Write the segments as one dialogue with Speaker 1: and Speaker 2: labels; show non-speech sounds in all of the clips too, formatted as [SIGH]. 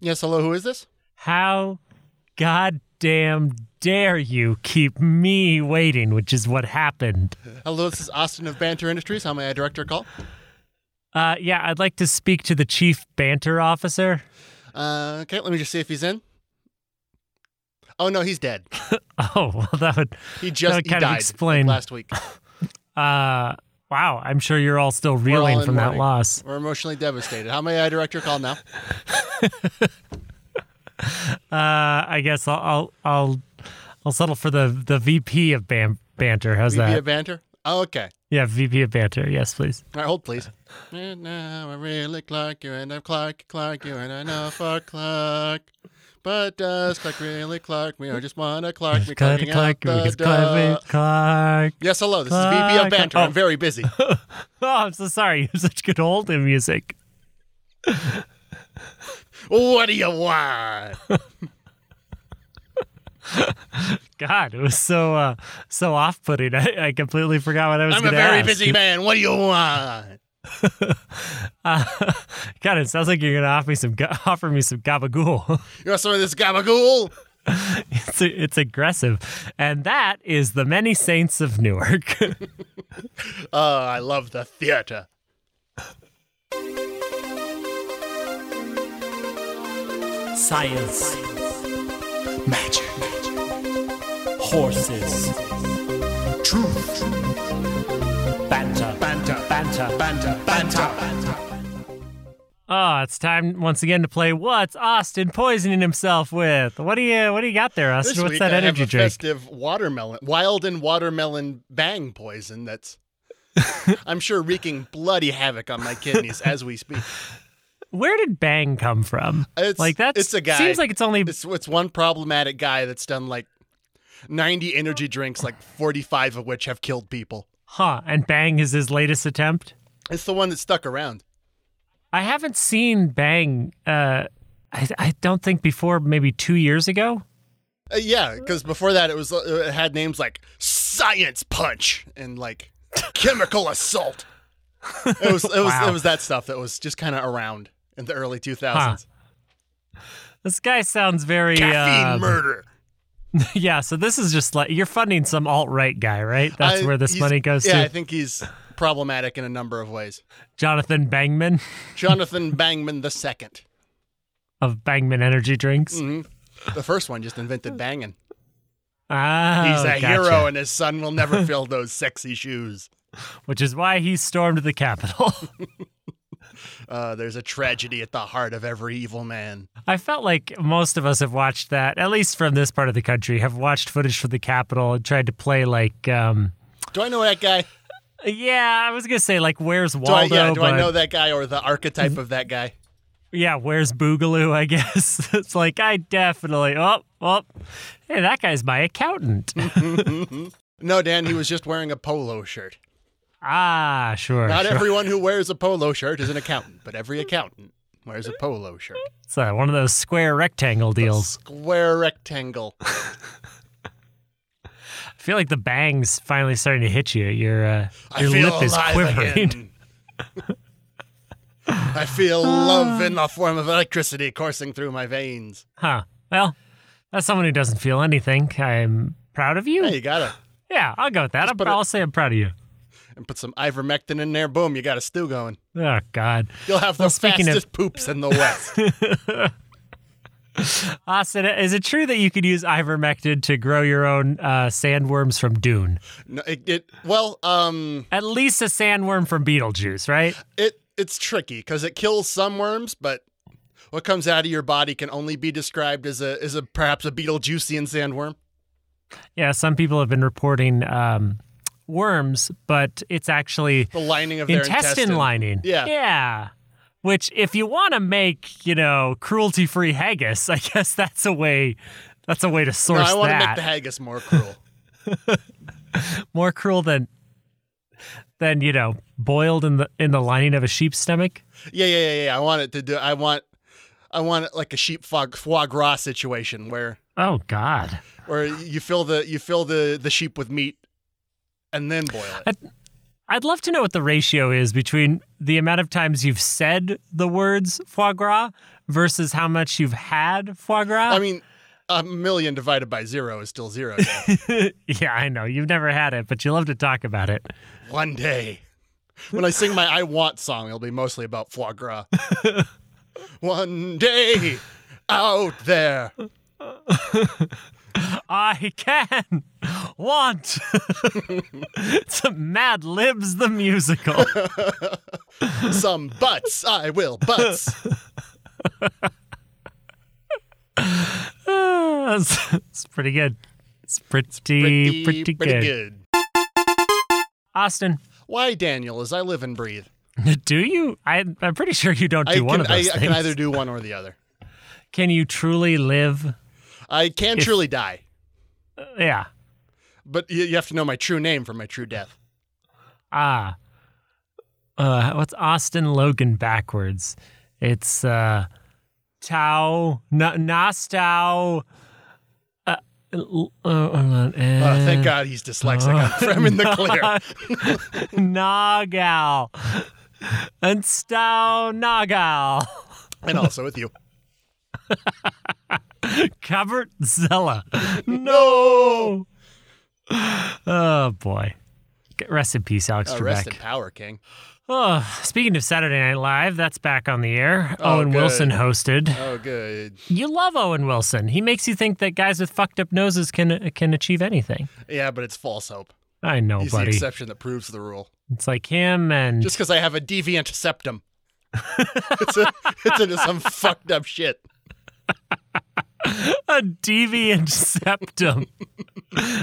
Speaker 1: Yes, hello, who is this?
Speaker 2: How goddamn dare you keep me waiting, which is what happened.
Speaker 1: Hello, this is Austin of Banter Industries. How may I direct your call?
Speaker 2: Uh, yeah, I'd like to speak to the chief banter officer. [LAUGHS]
Speaker 1: Uh, okay, let me just see if he's in. Oh no, he's dead.
Speaker 2: Oh, well, that would.
Speaker 1: He
Speaker 2: [LAUGHS]
Speaker 1: just
Speaker 2: would
Speaker 1: he
Speaker 2: kind of
Speaker 1: died
Speaker 2: explain-
Speaker 1: last week.
Speaker 2: Uh, wow, I'm sure you're all still reeling
Speaker 1: all in
Speaker 2: from that
Speaker 1: mourning.
Speaker 2: loss.
Speaker 1: We're emotionally devastated. How may I direct your call
Speaker 2: [LAUGHS]
Speaker 1: now?
Speaker 2: Uh, I guess I'll I'll I'll, I'll settle for the the VP of ban- banter. How's
Speaker 1: VP
Speaker 2: that?
Speaker 1: of Banter. Oh, okay.
Speaker 2: yeah, VP of banter. Yes, please.
Speaker 1: All right, hold
Speaker 2: [LAUGHS]
Speaker 1: please. And now I really Clark you and I'm Clark, Clark you and I know for Clark. But does Clark really Clark me or just wanna Clark me
Speaker 2: Clark,
Speaker 1: clarking out
Speaker 2: Clark,
Speaker 1: the
Speaker 2: Clark, Clark,
Speaker 1: duh.
Speaker 2: Clark.
Speaker 1: Yes, hello. This is VP of
Speaker 2: Clark.
Speaker 1: Banter.
Speaker 2: Oh.
Speaker 1: I'm very
Speaker 2: [LAUGHS]
Speaker 1: busy.
Speaker 2: Oh, I'm so sorry. [LAUGHS] You have such good hold in music.
Speaker 1: What do you want?
Speaker 2: God, it was so uh, so off-putting. [LAUGHS] I, I completely forgot what I was.
Speaker 1: I'm a
Speaker 2: gonna
Speaker 1: very
Speaker 2: ask.
Speaker 1: busy man. What do you want?
Speaker 2: Uh, [LAUGHS] God, it sounds like you're gonna offer me some ga- [LAUGHS] offer me some gabagool. [LAUGHS]
Speaker 1: You want some of this gabagool?
Speaker 2: it's it's aggressive, and that is the many saints of Newark. [LAUGHS]
Speaker 1: Oh, I love the theater.
Speaker 3: Science.
Speaker 1: Magic.
Speaker 3: Horses. Truth. Banter. Banter. Banter. Banter. Banter.
Speaker 2: oh, it's time once again to play what's Austin poisoning himself with. What do you what do you got there, Austin?
Speaker 1: This
Speaker 2: What's
Speaker 1: week
Speaker 2: that
Speaker 1: I
Speaker 2: energy
Speaker 1: have a
Speaker 2: drink?
Speaker 1: festive watermelon, wild and watermelon bang poison.
Speaker 2: [LAUGHS]
Speaker 1: That's, I'm sure, wreaking bloody havoc on my kidneys as we speak.
Speaker 2: Where did Bang come from?
Speaker 1: It's-
Speaker 2: like that's
Speaker 1: it's a guy.
Speaker 2: Seems like it's only
Speaker 1: It's it's one problematic guy that's done like 90 energy drinks, like 45 of which have killed people.
Speaker 2: huh, and Bang is his latest attempt.
Speaker 1: It's the one that stuck around.
Speaker 2: I haven't seen Bang. Uh, I, I don't think before maybe two years ago.
Speaker 1: Uh, yeah, because before that it was uh, it had names like Science Punch and like Chemical Assault. It was it was
Speaker 2: Wow.
Speaker 1: it was that stuff that was just kind of around in the early 2000s.
Speaker 2: This guy sounds very
Speaker 1: Caffeine
Speaker 2: um,
Speaker 1: murder.
Speaker 2: [LAUGHS] Yeah, so this is just like you're funding some alt right guy, right? That's
Speaker 1: I-
Speaker 2: where this
Speaker 1: he's-
Speaker 2: money goes
Speaker 1: Yeah, I
Speaker 2: to.
Speaker 1: think he's problematic in a number of ways.
Speaker 2: Jonathan Bangman
Speaker 1: Jonathan Bangman the second.
Speaker 2: of Bangman Energy Drinks.
Speaker 1: Mm-hmm. The first one just invented banging.
Speaker 2: Ah,
Speaker 1: He's a
Speaker 2: gotcha.
Speaker 1: hero, and his son will never fill those sexy shoes.
Speaker 2: which is why he stormed the Capitol. [LAUGHS]
Speaker 1: Uh, there's a tragedy at the heart of every evil man.
Speaker 2: I felt like most of us have watched that, at least from this part of the country, have watched footage from the Capitol and tried to play like, um,
Speaker 1: Do I know that guy?
Speaker 2: yeah, I was gonna say like, where's
Speaker 1: Do I,
Speaker 2: Waldo?
Speaker 1: yeah, do I
Speaker 2: but-
Speaker 1: know that guy or the archetype of that guy?
Speaker 2: Yeah, where's Boogaloo? I guess [LAUGHS] it's like I definitely. Oh, oh, hey, that guy's my
Speaker 1: [LAUGHS]
Speaker 2: accountant.
Speaker 1: No, Dan, he was just wearing a polo shirt.
Speaker 2: ah, sure.
Speaker 1: Not
Speaker 2: sure.
Speaker 1: everyone who wears a polo shirt is an accountant, but every accountant wears a polo shirt.
Speaker 2: It's uh, one of those square rectangle deals.
Speaker 1: Square rectangle.
Speaker 2: I feel like the bang's finally starting to hit you. Your uh,
Speaker 1: I
Speaker 2: your
Speaker 1: feel
Speaker 2: lip is
Speaker 1: alive
Speaker 2: quivering.
Speaker 1: again. I feel love in the form of electricity coursing through my veins.
Speaker 2: [LAUGHS] Huh. Well, that's someone who doesn't feel anything. I'm proud of you.
Speaker 1: Yeah, you gotta
Speaker 2: Yeah, I'll go with that. I'm,
Speaker 1: put it-
Speaker 2: I'll say I'm proud of you.
Speaker 1: and put some ivermectin in there. Boom, you got a stew going.
Speaker 2: Oh God,
Speaker 1: You'll have the
Speaker 2: Well, speaking of-
Speaker 1: fastest poops in the West.
Speaker 2: Austin, is it true that you could use ivermectin to grow your own uh, sandworms from Dune?
Speaker 1: no, it, it, well, um,
Speaker 2: At least a sandworm from Beetlejuice, right?
Speaker 1: it it's tricky because it kills some worms, but what comes out of your body can only be described as a as a perhaps a Beetlejuicean sandworm.
Speaker 2: Yeah, some people have been reporting um, worms, but it's actually
Speaker 1: The lining of their
Speaker 2: intestine, lining.
Speaker 1: Yeah.
Speaker 2: Yeah. Which, if you want to make, you know, cruelty-free haggis, [LAUGHS] I guess that's a way. That's a way to
Speaker 1: No,
Speaker 2: source
Speaker 1: I want to
Speaker 2: that.
Speaker 1: make the haggis more cruel. [LAUGHS]
Speaker 2: More cruel than than you know, boiled in the in the lining of a sheep's stomach.
Speaker 1: Yeah, yeah, yeah, yeah. I want it to do. I want, I want it like a sheep foie, foie gras situation where
Speaker 2: Oh God. [LAUGHS]
Speaker 1: where you fill the you fill the the sheep with meat, and then boil it.
Speaker 2: I'd love to know what the ratio is between the amount of times you've said the words foie gras versus how much you've had foie gras.
Speaker 1: I mean, a million divided by zero is still zero. Jeff.
Speaker 2: [LAUGHS] yeah, I know. You've never had it, but you love to talk about it.
Speaker 1: One day, when I sing my I Want song, it'll be mostly about foie
Speaker 2: [LAUGHS]
Speaker 1: gras. One day, out there.
Speaker 2: I can want. [LAUGHS] it's a Mad Libs the musical. [LAUGHS]
Speaker 1: Some butts, I will
Speaker 2: [LAUGHS]
Speaker 1: butts.
Speaker 2: Ah, That's it's pretty good. It's pretty, pretty,
Speaker 1: pretty,
Speaker 2: good.
Speaker 1: good.
Speaker 2: Austin,
Speaker 1: Why, Daniel, as I live and breathe.
Speaker 2: do you? I, I'm pretty sure you don't do
Speaker 1: I,
Speaker 2: one
Speaker 1: can,
Speaker 2: of
Speaker 1: I,
Speaker 2: those
Speaker 1: I
Speaker 2: things.
Speaker 1: can either do one or the other.
Speaker 2: Can you truly live?
Speaker 1: I can truly die,
Speaker 2: Yeah.
Speaker 1: but you, you have to know my true name for my true death.
Speaker 2: Ah. Uh, what's Austin Logan backwards? It's uh, Tau Na, Nastau. Uh, l- uh, hold on.
Speaker 1: Uh, thank
Speaker 2: Eh,
Speaker 1: God he's dyslexic. I'm- I'm in
Speaker 2: [LAUGHS]
Speaker 1: the clear.
Speaker 2: Nagal. And Stau Nagal.
Speaker 1: And also with you.
Speaker 2: Covered Zella. No. oh boy. Get- Rest in peace, Alex
Speaker 1: Uh, rest in
Speaker 2: Trebek.
Speaker 1: power, King.
Speaker 2: Oh, speaking of Saturday Night Live, that's back on the air.
Speaker 1: Oh,
Speaker 2: Owen Wilson
Speaker 1: good.
Speaker 2: hosted.
Speaker 1: Oh, good.
Speaker 2: You love Owen Wilson. He makes you think that guys with fucked up noses can can achieve anything.
Speaker 1: Yeah, but it's false hope.
Speaker 2: I know,
Speaker 1: He's the
Speaker 2: Oh, buddy.
Speaker 1: exception that proves the rule.
Speaker 2: It's like him and
Speaker 1: Just because I have a deviant septum. it's, a, it's into some fucked up shit.
Speaker 2: a deviant [LAUGHS] septum.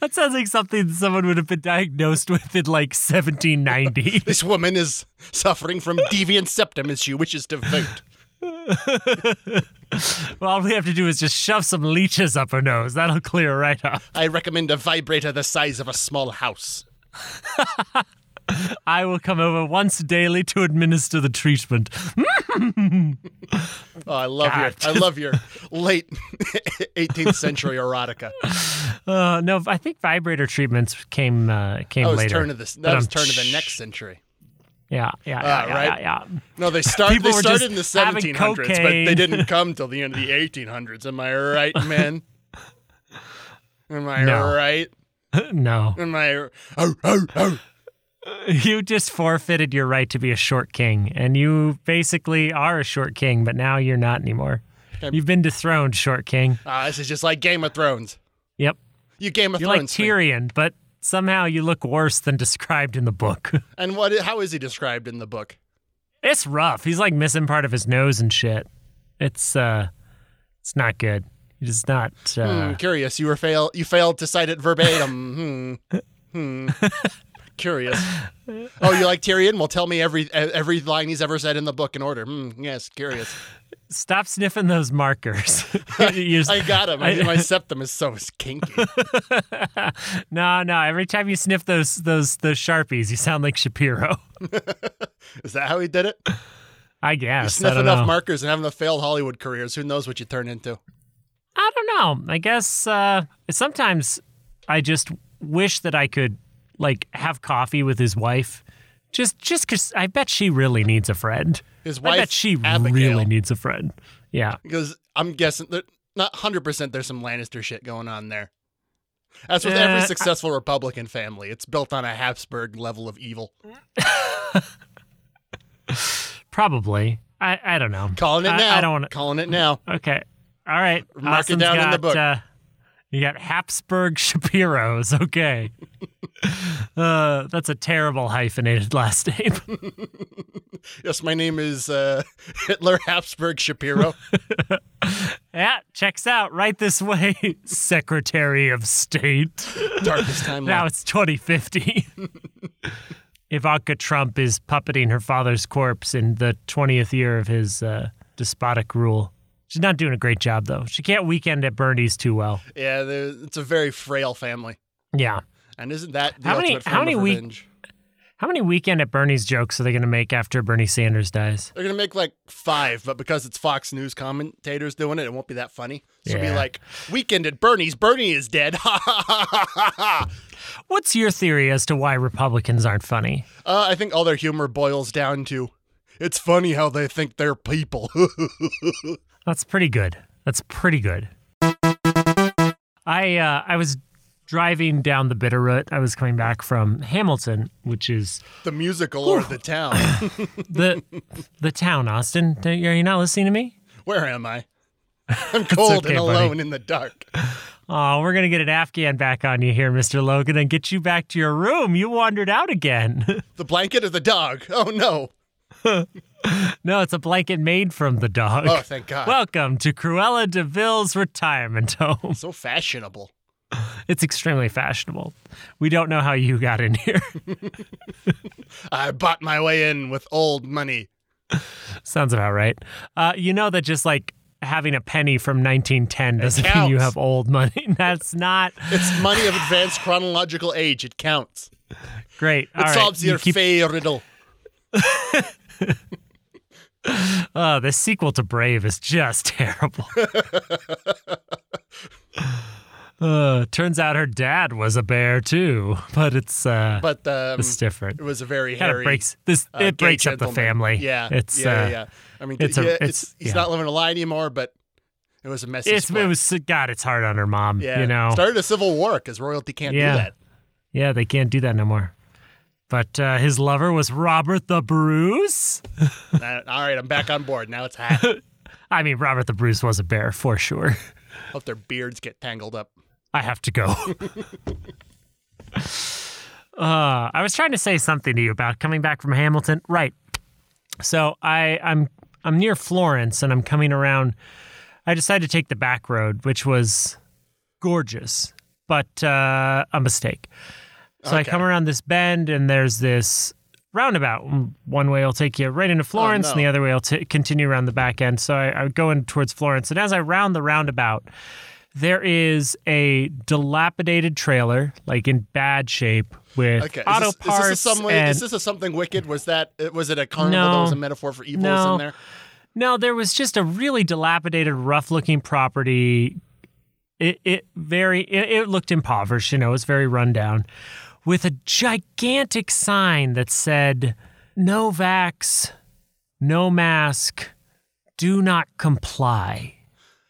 Speaker 2: that sounds like something someone would have been diagnosed with in
Speaker 1: [LAUGHS]
Speaker 2: like 1790.
Speaker 1: This woman is suffering from deviant septum as she wishes to vote.
Speaker 2: well, all we have to do is just shove some leeches up her nose. That'll clear right up.
Speaker 1: I recommend a vibrator the size of a small house.
Speaker 2: I will come over once daily to administer the treatment.
Speaker 1: Oh, I love your I love your late [LAUGHS] 18th century erotica.
Speaker 2: Uh, no, I think vibrator treatments came uh, came
Speaker 1: That was
Speaker 2: later.
Speaker 1: turn of the that
Speaker 2: But
Speaker 1: was
Speaker 2: I'm-
Speaker 1: turn of the next century.
Speaker 2: Yeah, yeah,
Speaker 1: Ah,
Speaker 2: yeah, yeah,
Speaker 1: right.
Speaker 2: yeah, yeah.
Speaker 1: No, they start,
Speaker 2: People
Speaker 1: they
Speaker 2: were
Speaker 1: started
Speaker 2: just
Speaker 1: in the
Speaker 2: having
Speaker 1: 1700s, but they
Speaker 2: cocaine.
Speaker 1: didn't come till the end of the 1800s. Am I right, man?
Speaker 2: [LAUGHS]
Speaker 1: Am I
Speaker 2: No.
Speaker 1: right?
Speaker 2: No,
Speaker 1: Am I? Oh, oh, oh.
Speaker 2: you just forfeited your right to be a short king, and you basically are a short king, but now you're not anymore. You've been dethroned, short king.
Speaker 1: Ah, this is just like Game of Thrones.
Speaker 2: Yep.
Speaker 1: You Game of
Speaker 2: You're like
Speaker 1: Thrones. me.
Speaker 2: Tyrion, but somehow you look worse than [LAUGHS] described in the book. [LAUGHS]
Speaker 1: and what? How is he described in the book?
Speaker 2: It's rough. He's like missing part of his nose and shit. It's uh it's not good. It is not
Speaker 1: Hmm,
Speaker 2: uh
Speaker 1: curious. You were fail. You failed to cite it
Speaker 2: [LAUGHS]
Speaker 1: verbatim. hmm. Hmm. curious. Oh, you like Tyrion? Well, tell me every e- every line he's ever said in the book in order. Hmm. Yes. Curious.
Speaker 2: stop sniffing those
Speaker 1: [LAUGHS]
Speaker 2: markers. [LAUGHS] You-
Speaker 1: I got him.
Speaker 2: [LAUGHS] I-
Speaker 1: my septum is so kinky.
Speaker 2: no, no, every time you sniff those those those Sharpies, you sound like Shapiro. [LAUGHS]
Speaker 1: Is that how he did it?
Speaker 2: I guess. I
Speaker 1: Sniff
Speaker 2: don't
Speaker 1: enough
Speaker 2: know.
Speaker 1: markers and have enough failed Hollywood careers. Who knows what you turn into?
Speaker 2: I don't know. I guess uh sometimes I just wish that I could like have coffee with his wife. Just just cuz I bet she really needs a friend.
Speaker 1: His
Speaker 2: I
Speaker 1: wife,
Speaker 2: bet she
Speaker 1: Abigail.
Speaker 2: really needs a friend. Yeah.
Speaker 1: because I'm guessing that not 100% there's some Lannister shit going on there. That's with
Speaker 2: Uh,
Speaker 1: every
Speaker 2: I-
Speaker 1: successful Republican family. It's built on a Habsburg level of evil.
Speaker 2: Probably. I, I don't know.
Speaker 1: Calling it
Speaker 2: I,
Speaker 1: now.
Speaker 2: I don't want to.
Speaker 1: Calling it now.
Speaker 2: Okay. All right.
Speaker 1: Mark it
Speaker 2: Austin's
Speaker 1: down in the
Speaker 2: got,
Speaker 1: book.
Speaker 2: Uh, you got Habsburg [LAUGHS] Shapiro's. Okay. [LAUGHS] uh, that's a terrible hyphenated last name.
Speaker 1: Yes, my name is uh, [LAUGHS] Hitler Habsburg Shapiro.
Speaker 2: yeah, checks out. Right this way, [LAUGHS] Secretary of State. [LAUGHS]
Speaker 1: Darkest timeline.
Speaker 2: Now it's 2050. [LAUGHS] Ivanka Trump is puppeting her father's corpse in the 20th year of his uh, despotic rule. She's not doing a great job, though. She can't weekend at Bernie's too well.
Speaker 1: yeah, there- it's a very frail family.
Speaker 2: Yeah.
Speaker 1: And isn't that the
Speaker 2: How
Speaker 1: ultimate
Speaker 2: many-
Speaker 1: form
Speaker 2: how many
Speaker 1: of
Speaker 2: we-
Speaker 1: revenge?
Speaker 2: How many Weekend at Bernie's jokes are they going to make after Bernie Sanders dies?
Speaker 1: They're gonna make like five, but because it's Fox News commentators doing it, it won't be that funny. So it'll
Speaker 2: Yeah.
Speaker 1: be like weekend at Bernie's. Bernie is dead. [LAUGHS] Ha ha ha ha ha ha.
Speaker 2: What's your theory as to why Republicans aren't funny?
Speaker 1: Uh, I think all their humor boils down to it's funny how they think they're people. [LAUGHS]
Speaker 2: That's pretty good. That's pretty good. I uh, I was driving down the Bitterroot. I was coming back from Hamilton, which is
Speaker 1: the musical or the
Speaker 2: [LAUGHS]
Speaker 1: town.
Speaker 2: the the town. Austin, are you not listening to me?
Speaker 1: Where am
Speaker 2: [LAUGHS]
Speaker 1: I? I'm cold
Speaker 2: okay,
Speaker 1: and
Speaker 2: buddy.
Speaker 1: alone in the dark.
Speaker 2: Oh, we're gonna get an Afghan back on you here, Mr. Logan, and get you back to your room. You wandered out again. [LAUGHS]
Speaker 1: The blanket or the dog? Oh no.
Speaker 2: no, it's a blanket made from the dog.
Speaker 1: Oh, thank God.
Speaker 2: Welcome to Cruella DeVille's retirement home. [LAUGHS]
Speaker 1: so fashionable.
Speaker 2: It's extremely fashionable. We don't know how you got in here.
Speaker 1: I bought my way in with old money.
Speaker 2: Sounds about right. Uh, you know that just like having a penny from 1910 doesn't mean
Speaker 1: counts.
Speaker 2: you have old money. [LAUGHS] That's not
Speaker 1: It's money of advanced chronological age. It counts.
Speaker 2: great.
Speaker 1: It
Speaker 2: All right,
Speaker 1: solves
Speaker 2: you
Speaker 1: your
Speaker 2: keep-
Speaker 1: fey riddle.
Speaker 2: Oh, the sequel to Brave is
Speaker 1: [LAUGHS]
Speaker 2: just [LAUGHS] terrible. Uh, turns out her dad was a bear too, but it's uh,
Speaker 1: But um,
Speaker 2: it's different.
Speaker 1: it was a very
Speaker 2: Kind
Speaker 1: hairy.
Speaker 2: of breaks this.
Speaker 1: uh,
Speaker 2: it
Speaker 1: gay
Speaker 2: breaks up the
Speaker 1: gentleman.
Speaker 2: family.
Speaker 1: Yeah,
Speaker 2: it's
Speaker 1: yeah,
Speaker 2: uh,
Speaker 1: yeah. I mean, it's
Speaker 2: it's a-
Speaker 1: yeah, it's,
Speaker 2: it's-
Speaker 1: he's
Speaker 2: yeah.
Speaker 1: not living a lie anymore, but it was a messy.
Speaker 2: it's
Speaker 1: split.
Speaker 2: it was God. It's hard on her mom.
Speaker 1: yeah.
Speaker 2: You know,
Speaker 1: started a civil war because royalty can't
Speaker 2: Yeah.
Speaker 1: do that.
Speaker 2: Yeah, they can't do that no more. But uh, his lover was Robert the Bruce.
Speaker 1: Uh, all right, I'm back on board. Now it's hot.
Speaker 2: [LAUGHS] I mean, Robert the Bruce was a bear for sure.
Speaker 1: Hope their beards get tangled up.
Speaker 2: I have to go. [LAUGHS] uh, I was trying to say something to you about coming back from Hamilton, right? So I, I'm I'm near Florence, and I'm coming around. I decided to take the back road, which was gorgeous, but uh, a mistake. So I
Speaker 1: Okay.
Speaker 2: come around this bend, and there's this roundabout. One way will take you right into Florence, and
Speaker 1: no.
Speaker 2: the other way will t- continue around the back end. So I, I go in towards Florence, and as I round the roundabout, there is a dilapidated trailer, like in bad shape, with
Speaker 1: Okay,
Speaker 2: auto
Speaker 1: is this,
Speaker 2: parts.
Speaker 1: Is this, some way,
Speaker 2: and
Speaker 1: is this a something wicked? Was that? it- Was it a carnival that
Speaker 2: No.
Speaker 1: was a metaphor for evil? Was
Speaker 2: No.
Speaker 1: in there?
Speaker 2: No, there was just a really dilapidated, rough-looking property. It, it very it, it looked impoverished. You know, it was very rundown, with a gigantic sign that said, "No vax, no mask, do not comply."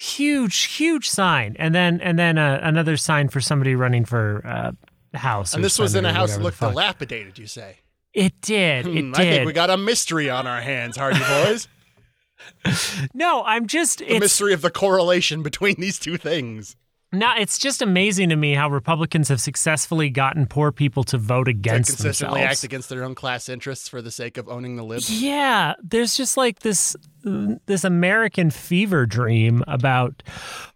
Speaker 2: Huge, huge sign, and then and then uh, another sign for somebody running for uh, house.
Speaker 1: And
Speaker 2: or
Speaker 1: this was in a
Speaker 2: Senate or
Speaker 1: house
Speaker 2: whatever
Speaker 1: that
Speaker 2: the
Speaker 1: looked
Speaker 2: fuck.
Speaker 1: dilapidated. You say?
Speaker 2: It did. it
Speaker 1: Hmm,
Speaker 2: did.
Speaker 1: I think we got a mystery on our hands,
Speaker 2: [LAUGHS]
Speaker 1: Hardy Boys.
Speaker 2: no, I'm just.
Speaker 1: the
Speaker 2: it's
Speaker 1: mystery of the correlation between these two things.
Speaker 2: Now it's just amazing to me how Republicans have successfully gotten poor people to vote
Speaker 1: They
Speaker 2: against
Speaker 1: consistently
Speaker 2: themselves.
Speaker 1: act against their own class interests for the sake of owning the libs.
Speaker 2: yeah, there's just like this this American fever dream about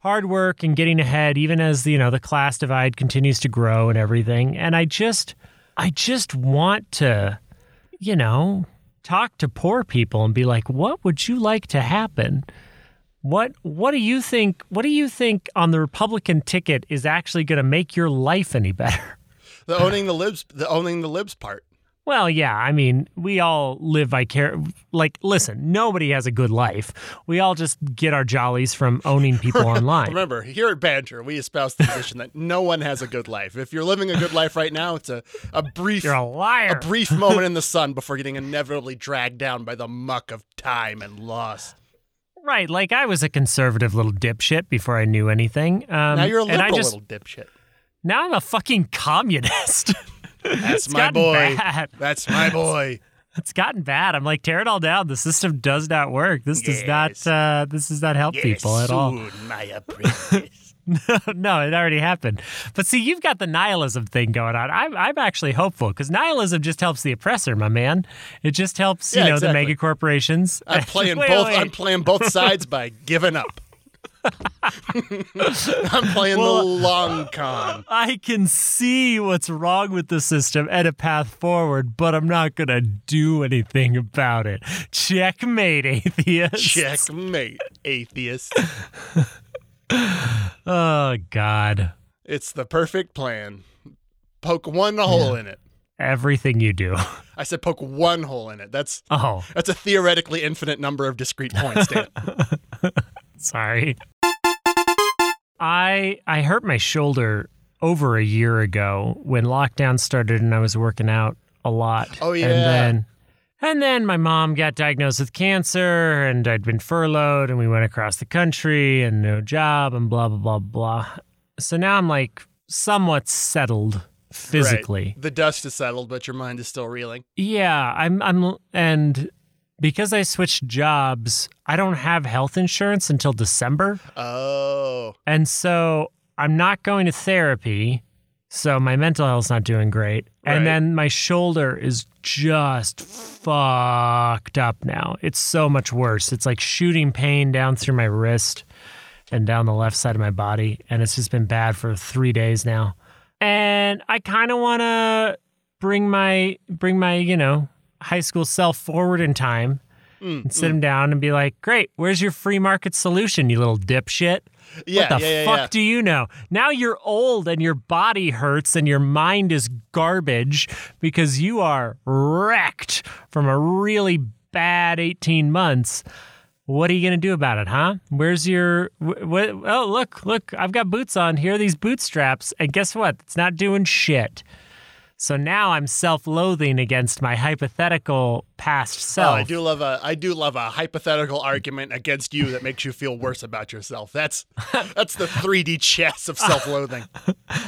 Speaker 2: hard work and getting ahead, even as you know the class divide continues to grow and everything. And I just, I just want to, you know, talk to poor people and be like, what would you like to happen? What what do you think what do you think on the Republican ticket is actually going to make your life any better?
Speaker 1: The owning the libs, the owning the libs part.
Speaker 2: Well, yeah, I mean, we all live vicariously. Like, listen, nobody has a good life. We all just get our jollies from
Speaker 1: [LAUGHS]
Speaker 2: owning people online.
Speaker 1: Remember, here at Banter, we espouse the position that no one has a good life. If you're living a good life right now, it's a, a brief
Speaker 2: You're a
Speaker 1: a
Speaker 2: liar.
Speaker 1: brief moment in the sun before getting inevitably dragged down by the muck of time and loss.
Speaker 2: right. Like, I was a conservative little dipshit before I knew anything. Um,
Speaker 1: Now you're a
Speaker 2: and I
Speaker 1: liberal
Speaker 2: just,
Speaker 1: little dipshit.
Speaker 2: Now I'm a fucking communist. [LAUGHS]
Speaker 1: That's
Speaker 2: it's
Speaker 1: my
Speaker 2: gotten
Speaker 1: boy.
Speaker 2: bad.
Speaker 1: That's my boy.
Speaker 2: It's gotten bad. I'm like, tear it all down. The system does not work. This
Speaker 1: Yes.
Speaker 2: does not. Uh, this does not help people
Speaker 1: yes,
Speaker 2: at all.
Speaker 1: soon, my apprentice.
Speaker 2: [LAUGHS] no, it already happened. But see, you've got the nihilism thing going on. I'm, I'm actually hopeful because nihilism just helps the oppressor, my man. It just helps,
Speaker 1: Yeah,
Speaker 2: you know,
Speaker 1: exactly.
Speaker 2: the mega corporations.
Speaker 1: I'm
Speaker 2: [LAUGHS]
Speaker 1: playing
Speaker 2: Wait,
Speaker 1: both.
Speaker 2: wait.
Speaker 1: I'm playing both sides by giving up. [LAUGHS] I'm playing the
Speaker 2: Well- uh,
Speaker 1: long con.
Speaker 2: I can see what's wrong with the system and a path forward, but I'm not going to do anything about it. Checkmate, [LAUGHS] atheist.
Speaker 1: Checkmate, atheist.
Speaker 2: Oh, God. Oh,
Speaker 1: It's the perfect plan. Poke one hole in it.
Speaker 2: everything you do. [LAUGHS]
Speaker 1: I said poke one hole in it. That's
Speaker 2: Oh,
Speaker 1: that's a theoretically infinite number of discrete points. Dan.
Speaker 2: sorry. I I hurt my shoulder over a year ago when lockdown started and I was working out a lot.
Speaker 1: Oh, yeah.
Speaker 2: And then and then my mom got diagnosed with cancer and I'd been furloughed and we went across the country and no job and blah blah blah blah. So now I'm like somewhat settled [LAUGHS] physically.
Speaker 1: Right. The dust is settled, but your mind is still reeling.
Speaker 2: Yeah, I'm I'm and because I switched jobs, I don't have health insurance until December.
Speaker 1: Oh,
Speaker 2: And so I'm not going to therapy. So my mental health's not doing great.
Speaker 1: Right.
Speaker 2: And then my shoulder is just fucked up now. It's so much worse. It's like shooting pain down through my wrist and down the left side of my body. And it's just been bad for three days now. And I kind of want to bring my, bring my, you know, high school self forward in time and sit him down and be like, great, where's your free market solution, you little dipshit?
Speaker 1: yeah,
Speaker 2: what the
Speaker 1: yeah, yeah,
Speaker 2: fuck
Speaker 1: yeah.
Speaker 2: do you know? Now you're old and your body hurts and your mind is garbage because you are wrecked from a really bad 18 months. What are you going to do about it, huh? Where's your wh- wh- Oh, look, look, I've got boots on. Here are these bootstraps. And guess what? It's not doing shit. So now I'm self-loathing against my hypothetical past
Speaker 1: Oh,
Speaker 2: self.
Speaker 1: I do love a I do love a hypothetical argument against you that makes you feel worse about yourself. That's that's the 3D chess of
Speaker 2: [LAUGHS]
Speaker 1: self-loathing.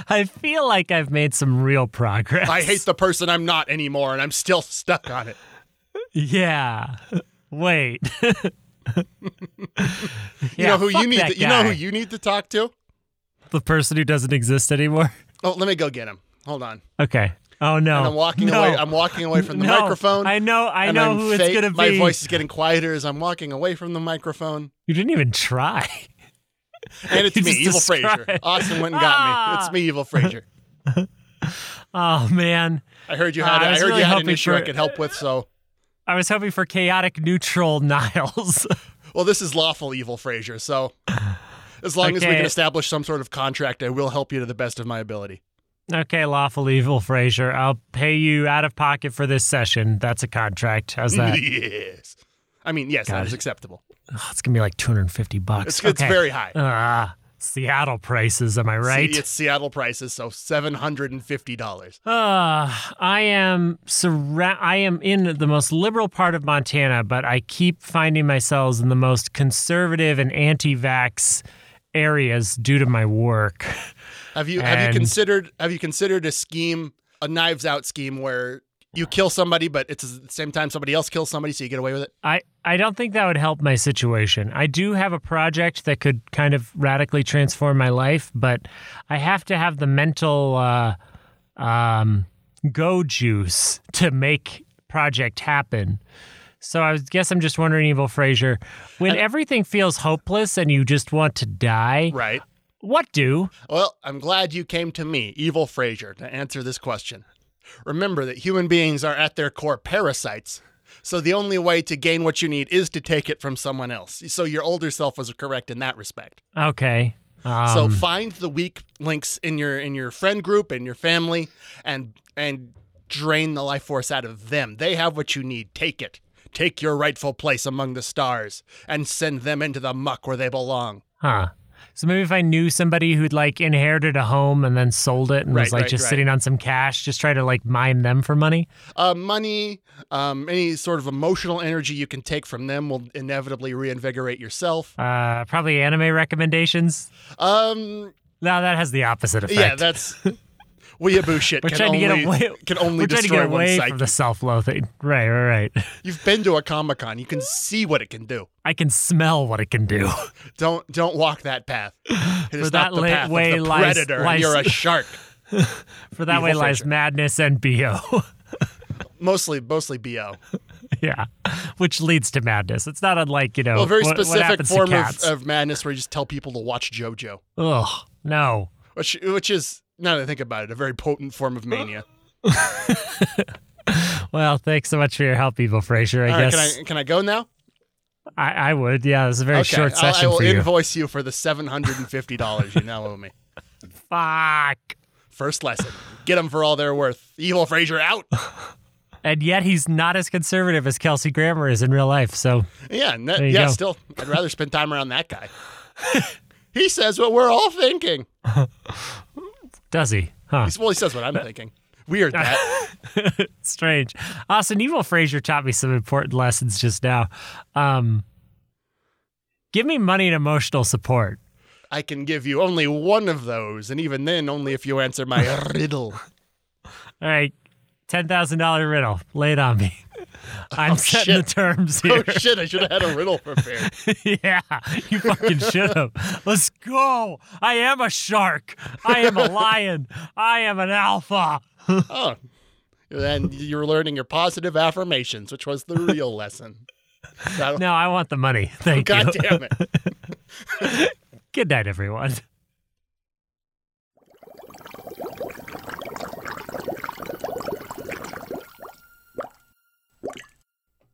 Speaker 2: I feel like I've made some real progress.
Speaker 1: I hate the person I'm not anymore, and I'm still stuck on it.
Speaker 2: Yeah. Wait. [LAUGHS]
Speaker 1: You know who you need. To, you know who you need to talk to.
Speaker 2: the person who doesn't exist anymore.
Speaker 1: Oh, let me go get him. Hold on.
Speaker 2: Okay. Oh no.
Speaker 1: And I'm walking
Speaker 2: No.
Speaker 1: away. I'm walking away from the
Speaker 2: [LAUGHS] No.
Speaker 1: microphone.
Speaker 2: I know. I
Speaker 1: and
Speaker 2: know
Speaker 1: I'm
Speaker 2: who it's
Speaker 1: fake-
Speaker 2: gonna
Speaker 1: My
Speaker 2: be.
Speaker 1: voice is getting quieter as I'm walking away from the
Speaker 2: [LAUGHS]
Speaker 1: microphone.
Speaker 2: You didn't even try. [LAUGHS]
Speaker 1: And it's
Speaker 2: You
Speaker 1: me,
Speaker 2: just Ah.
Speaker 1: Evil
Speaker 2: described-
Speaker 1: Frazier. Austin went and got me. It's me, Evil Frazier.
Speaker 2: Oh man.
Speaker 1: I heard you had.
Speaker 2: I
Speaker 1: I,
Speaker 2: was
Speaker 1: heard
Speaker 2: Ah, really
Speaker 1: you had an
Speaker 2: hoping
Speaker 1: issue I
Speaker 2: for-
Speaker 1: could help with. So,
Speaker 2: I was hoping for chaotic neutral [LAUGHS] Niles.
Speaker 1: well, this is lawful Evil Frazier.
Speaker 2: [SIGHS]
Speaker 1: So, as long as we
Speaker 2: Okay.
Speaker 1: can establish some sort of contract, I will help you to the best of my ability.
Speaker 2: okay, lawful evil Frazier. I'll pay you out of pocket for this session. That's a contract.
Speaker 1: [LAUGHS]
Speaker 2: How's that?
Speaker 1: yes. I mean, yes, that is acceptable.
Speaker 2: Oh, it's gonna be like 250 bucks.
Speaker 1: It's, it's
Speaker 2: okay.
Speaker 1: very high.
Speaker 2: Ah, Seattle prices. Am I right?
Speaker 1: It's Seattle prices, so seven hundred and fifty dollars.
Speaker 2: Uh, I am surra- I am in the most liberal part of Montana, but I keep finding myself in the most conservative and anti-vax areas due to my work.
Speaker 1: Have you have you
Speaker 2: And-
Speaker 1: considered have you considered a scheme, a knives out scheme where you kill somebody, but it's at the same time somebody else kills somebody, so you get away with it?
Speaker 2: I, I don't think that would help my situation. I do have a project that could kind of radically transform my life, but I have to have the mental uh, um, go juice to make project happen. So I was- guess I'm just wondering, Evil Frazier, when
Speaker 1: Uh,
Speaker 2: everything feels hopeless and you just want to die,
Speaker 1: Right.
Speaker 2: what do?
Speaker 1: Well, I'm glad you came to me, Evil Frazier, to answer this question. Remember that human beings are at their core parasites. So the only way to gain what you need is to take it from someone else. So your older self was correct in that respect.
Speaker 2: Okay. Um,
Speaker 1: So find the weak links in your in your friend group and your family and and drain the life force out of them. They have what you need. Take it. Take your rightful place among the stars and send them into the muck where they belong.
Speaker 2: Huh. So maybe if I knew somebody who'd like inherited a home and then sold it and
Speaker 1: Right,
Speaker 2: was like
Speaker 1: right,
Speaker 2: just
Speaker 1: right.
Speaker 2: sitting on some cash, just try to like mine them for money.
Speaker 1: Uh, money, um, any sort of emotional energy you can take from them will inevitably reinvigorate
Speaker 2: [LAUGHS]
Speaker 1: yourself.
Speaker 2: Uh, probably anime recommendations.
Speaker 1: Um,
Speaker 2: No, that has the opposite effect.
Speaker 1: yeah, that's
Speaker 2: [LAUGHS]
Speaker 1: weeaboo shit.
Speaker 2: we're
Speaker 1: can
Speaker 2: trying
Speaker 1: only,
Speaker 2: to get away.
Speaker 1: Can only
Speaker 2: we're trying to
Speaker 1: destroy
Speaker 2: get
Speaker 1: one's
Speaker 2: away
Speaker 1: psyche.
Speaker 2: from the self-loathing. Right, right, right.
Speaker 1: You've been to a comic con. You can see what it can do.
Speaker 2: I can smell what it can do. [LAUGHS]
Speaker 1: Don't don't walk that
Speaker 2: [SIGHS]
Speaker 1: path. It is
Speaker 2: that
Speaker 1: not the
Speaker 2: la-
Speaker 1: path
Speaker 2: way
Speaker 1: of the
Speaker 2: lies-
Speaker 1: predator. and
Speaker 2: lies-
Speaker 1: You're a shark.
Speaker 2: For that
Speaker 1: Evil
Speaker 2: way lies
Speaker 1: Fraser.
Speaker 2: madness and bo.
Speaker 1: Mostly mostly bo.
Speaker 2: [LAUGHS] yeah, which leads to madness. It's not unlike you know
Speaker 1: A very
Speaker 2: what- what
Speaker 1: specific
Speaker 2: happens to
Speaker 1: form of, uh,
Speaker 2: cats.
Speaker 1: of madness where you just tell people to watch JoJo,
Speaker 2: Ugh, no.
Speaker 1: which which is now that I think about it, a very potent form of mania.
Speaker 2: Well, thanks so much for your help, Evil Fraser. I
Speaker 1: All right,
Speaker 2: guess
Speaker 1: can I can I go now?
Speaker 2: I, I would. Yeah, it's a very
Speaker 1: okay,
Speaker 2: short
Speaker 1: I'll,
Speaker 2: session
Speaker 1: I will
Speaker 2: for you.
Speaker 1: invoice you for the seven hundred and fifty dollars you now owe me.
Speaker 2: Fuck.
Speaker 1: First lesson. Get them for all they're worth. Evil Fraser out.
Speaker 2: And yet he's not as conservative as Kelsey Grammer is in real life. So
Speaker 1: Yeah, and that-
Speaker 2: There you
Speaker 1: yeah,
Speaker 2: go.
Speaker 1: still, I'd rather spend time around that guy. he says what we're all thinking.
Speaker 2: does he? Huh.
Speaker 1: He's, well, he says what I'm thinking. Weird
Speaker 2: [LAUGHS]
Speaker 1: that.
Speaker 2: Strange. Austin, Evil Fraser taught me some important lessons just now. Um, give me money and emotional support.
Speaker 1: I can give you only one of those, and even then, only if you answer
Speaker 2: [LAUGHS]
Speaker 1: my riddle.
Speaker 2: All right. $10,000 riddle. Lay it
Speaker 1: [LAUGHS]
Speaker 2: on me. I'm setting
Speaker 1: Oh, shit.
Speaker 2: the terms
Speaker 1: Oh
Speaker 2: here.
Speaker 1: shit! I should have had a riddle prepared.
Speaker 2: [LAUGHS] yeah, you fucking should have. Let's go. I am a shark.
Speaker 1: [LAUGHS]
Speaker 2: I am a lion. I am an alpha.
Speaker 1: Oh, then you were learning your positive affirmations, which was the real
Speaker 2: [LAUGHS]
Speaker 1: lesson. That'll-
Speaker 2: No, I want the money. Thank you.
Speaker 1: God damn it!
Speaker 2: Good night, everyone.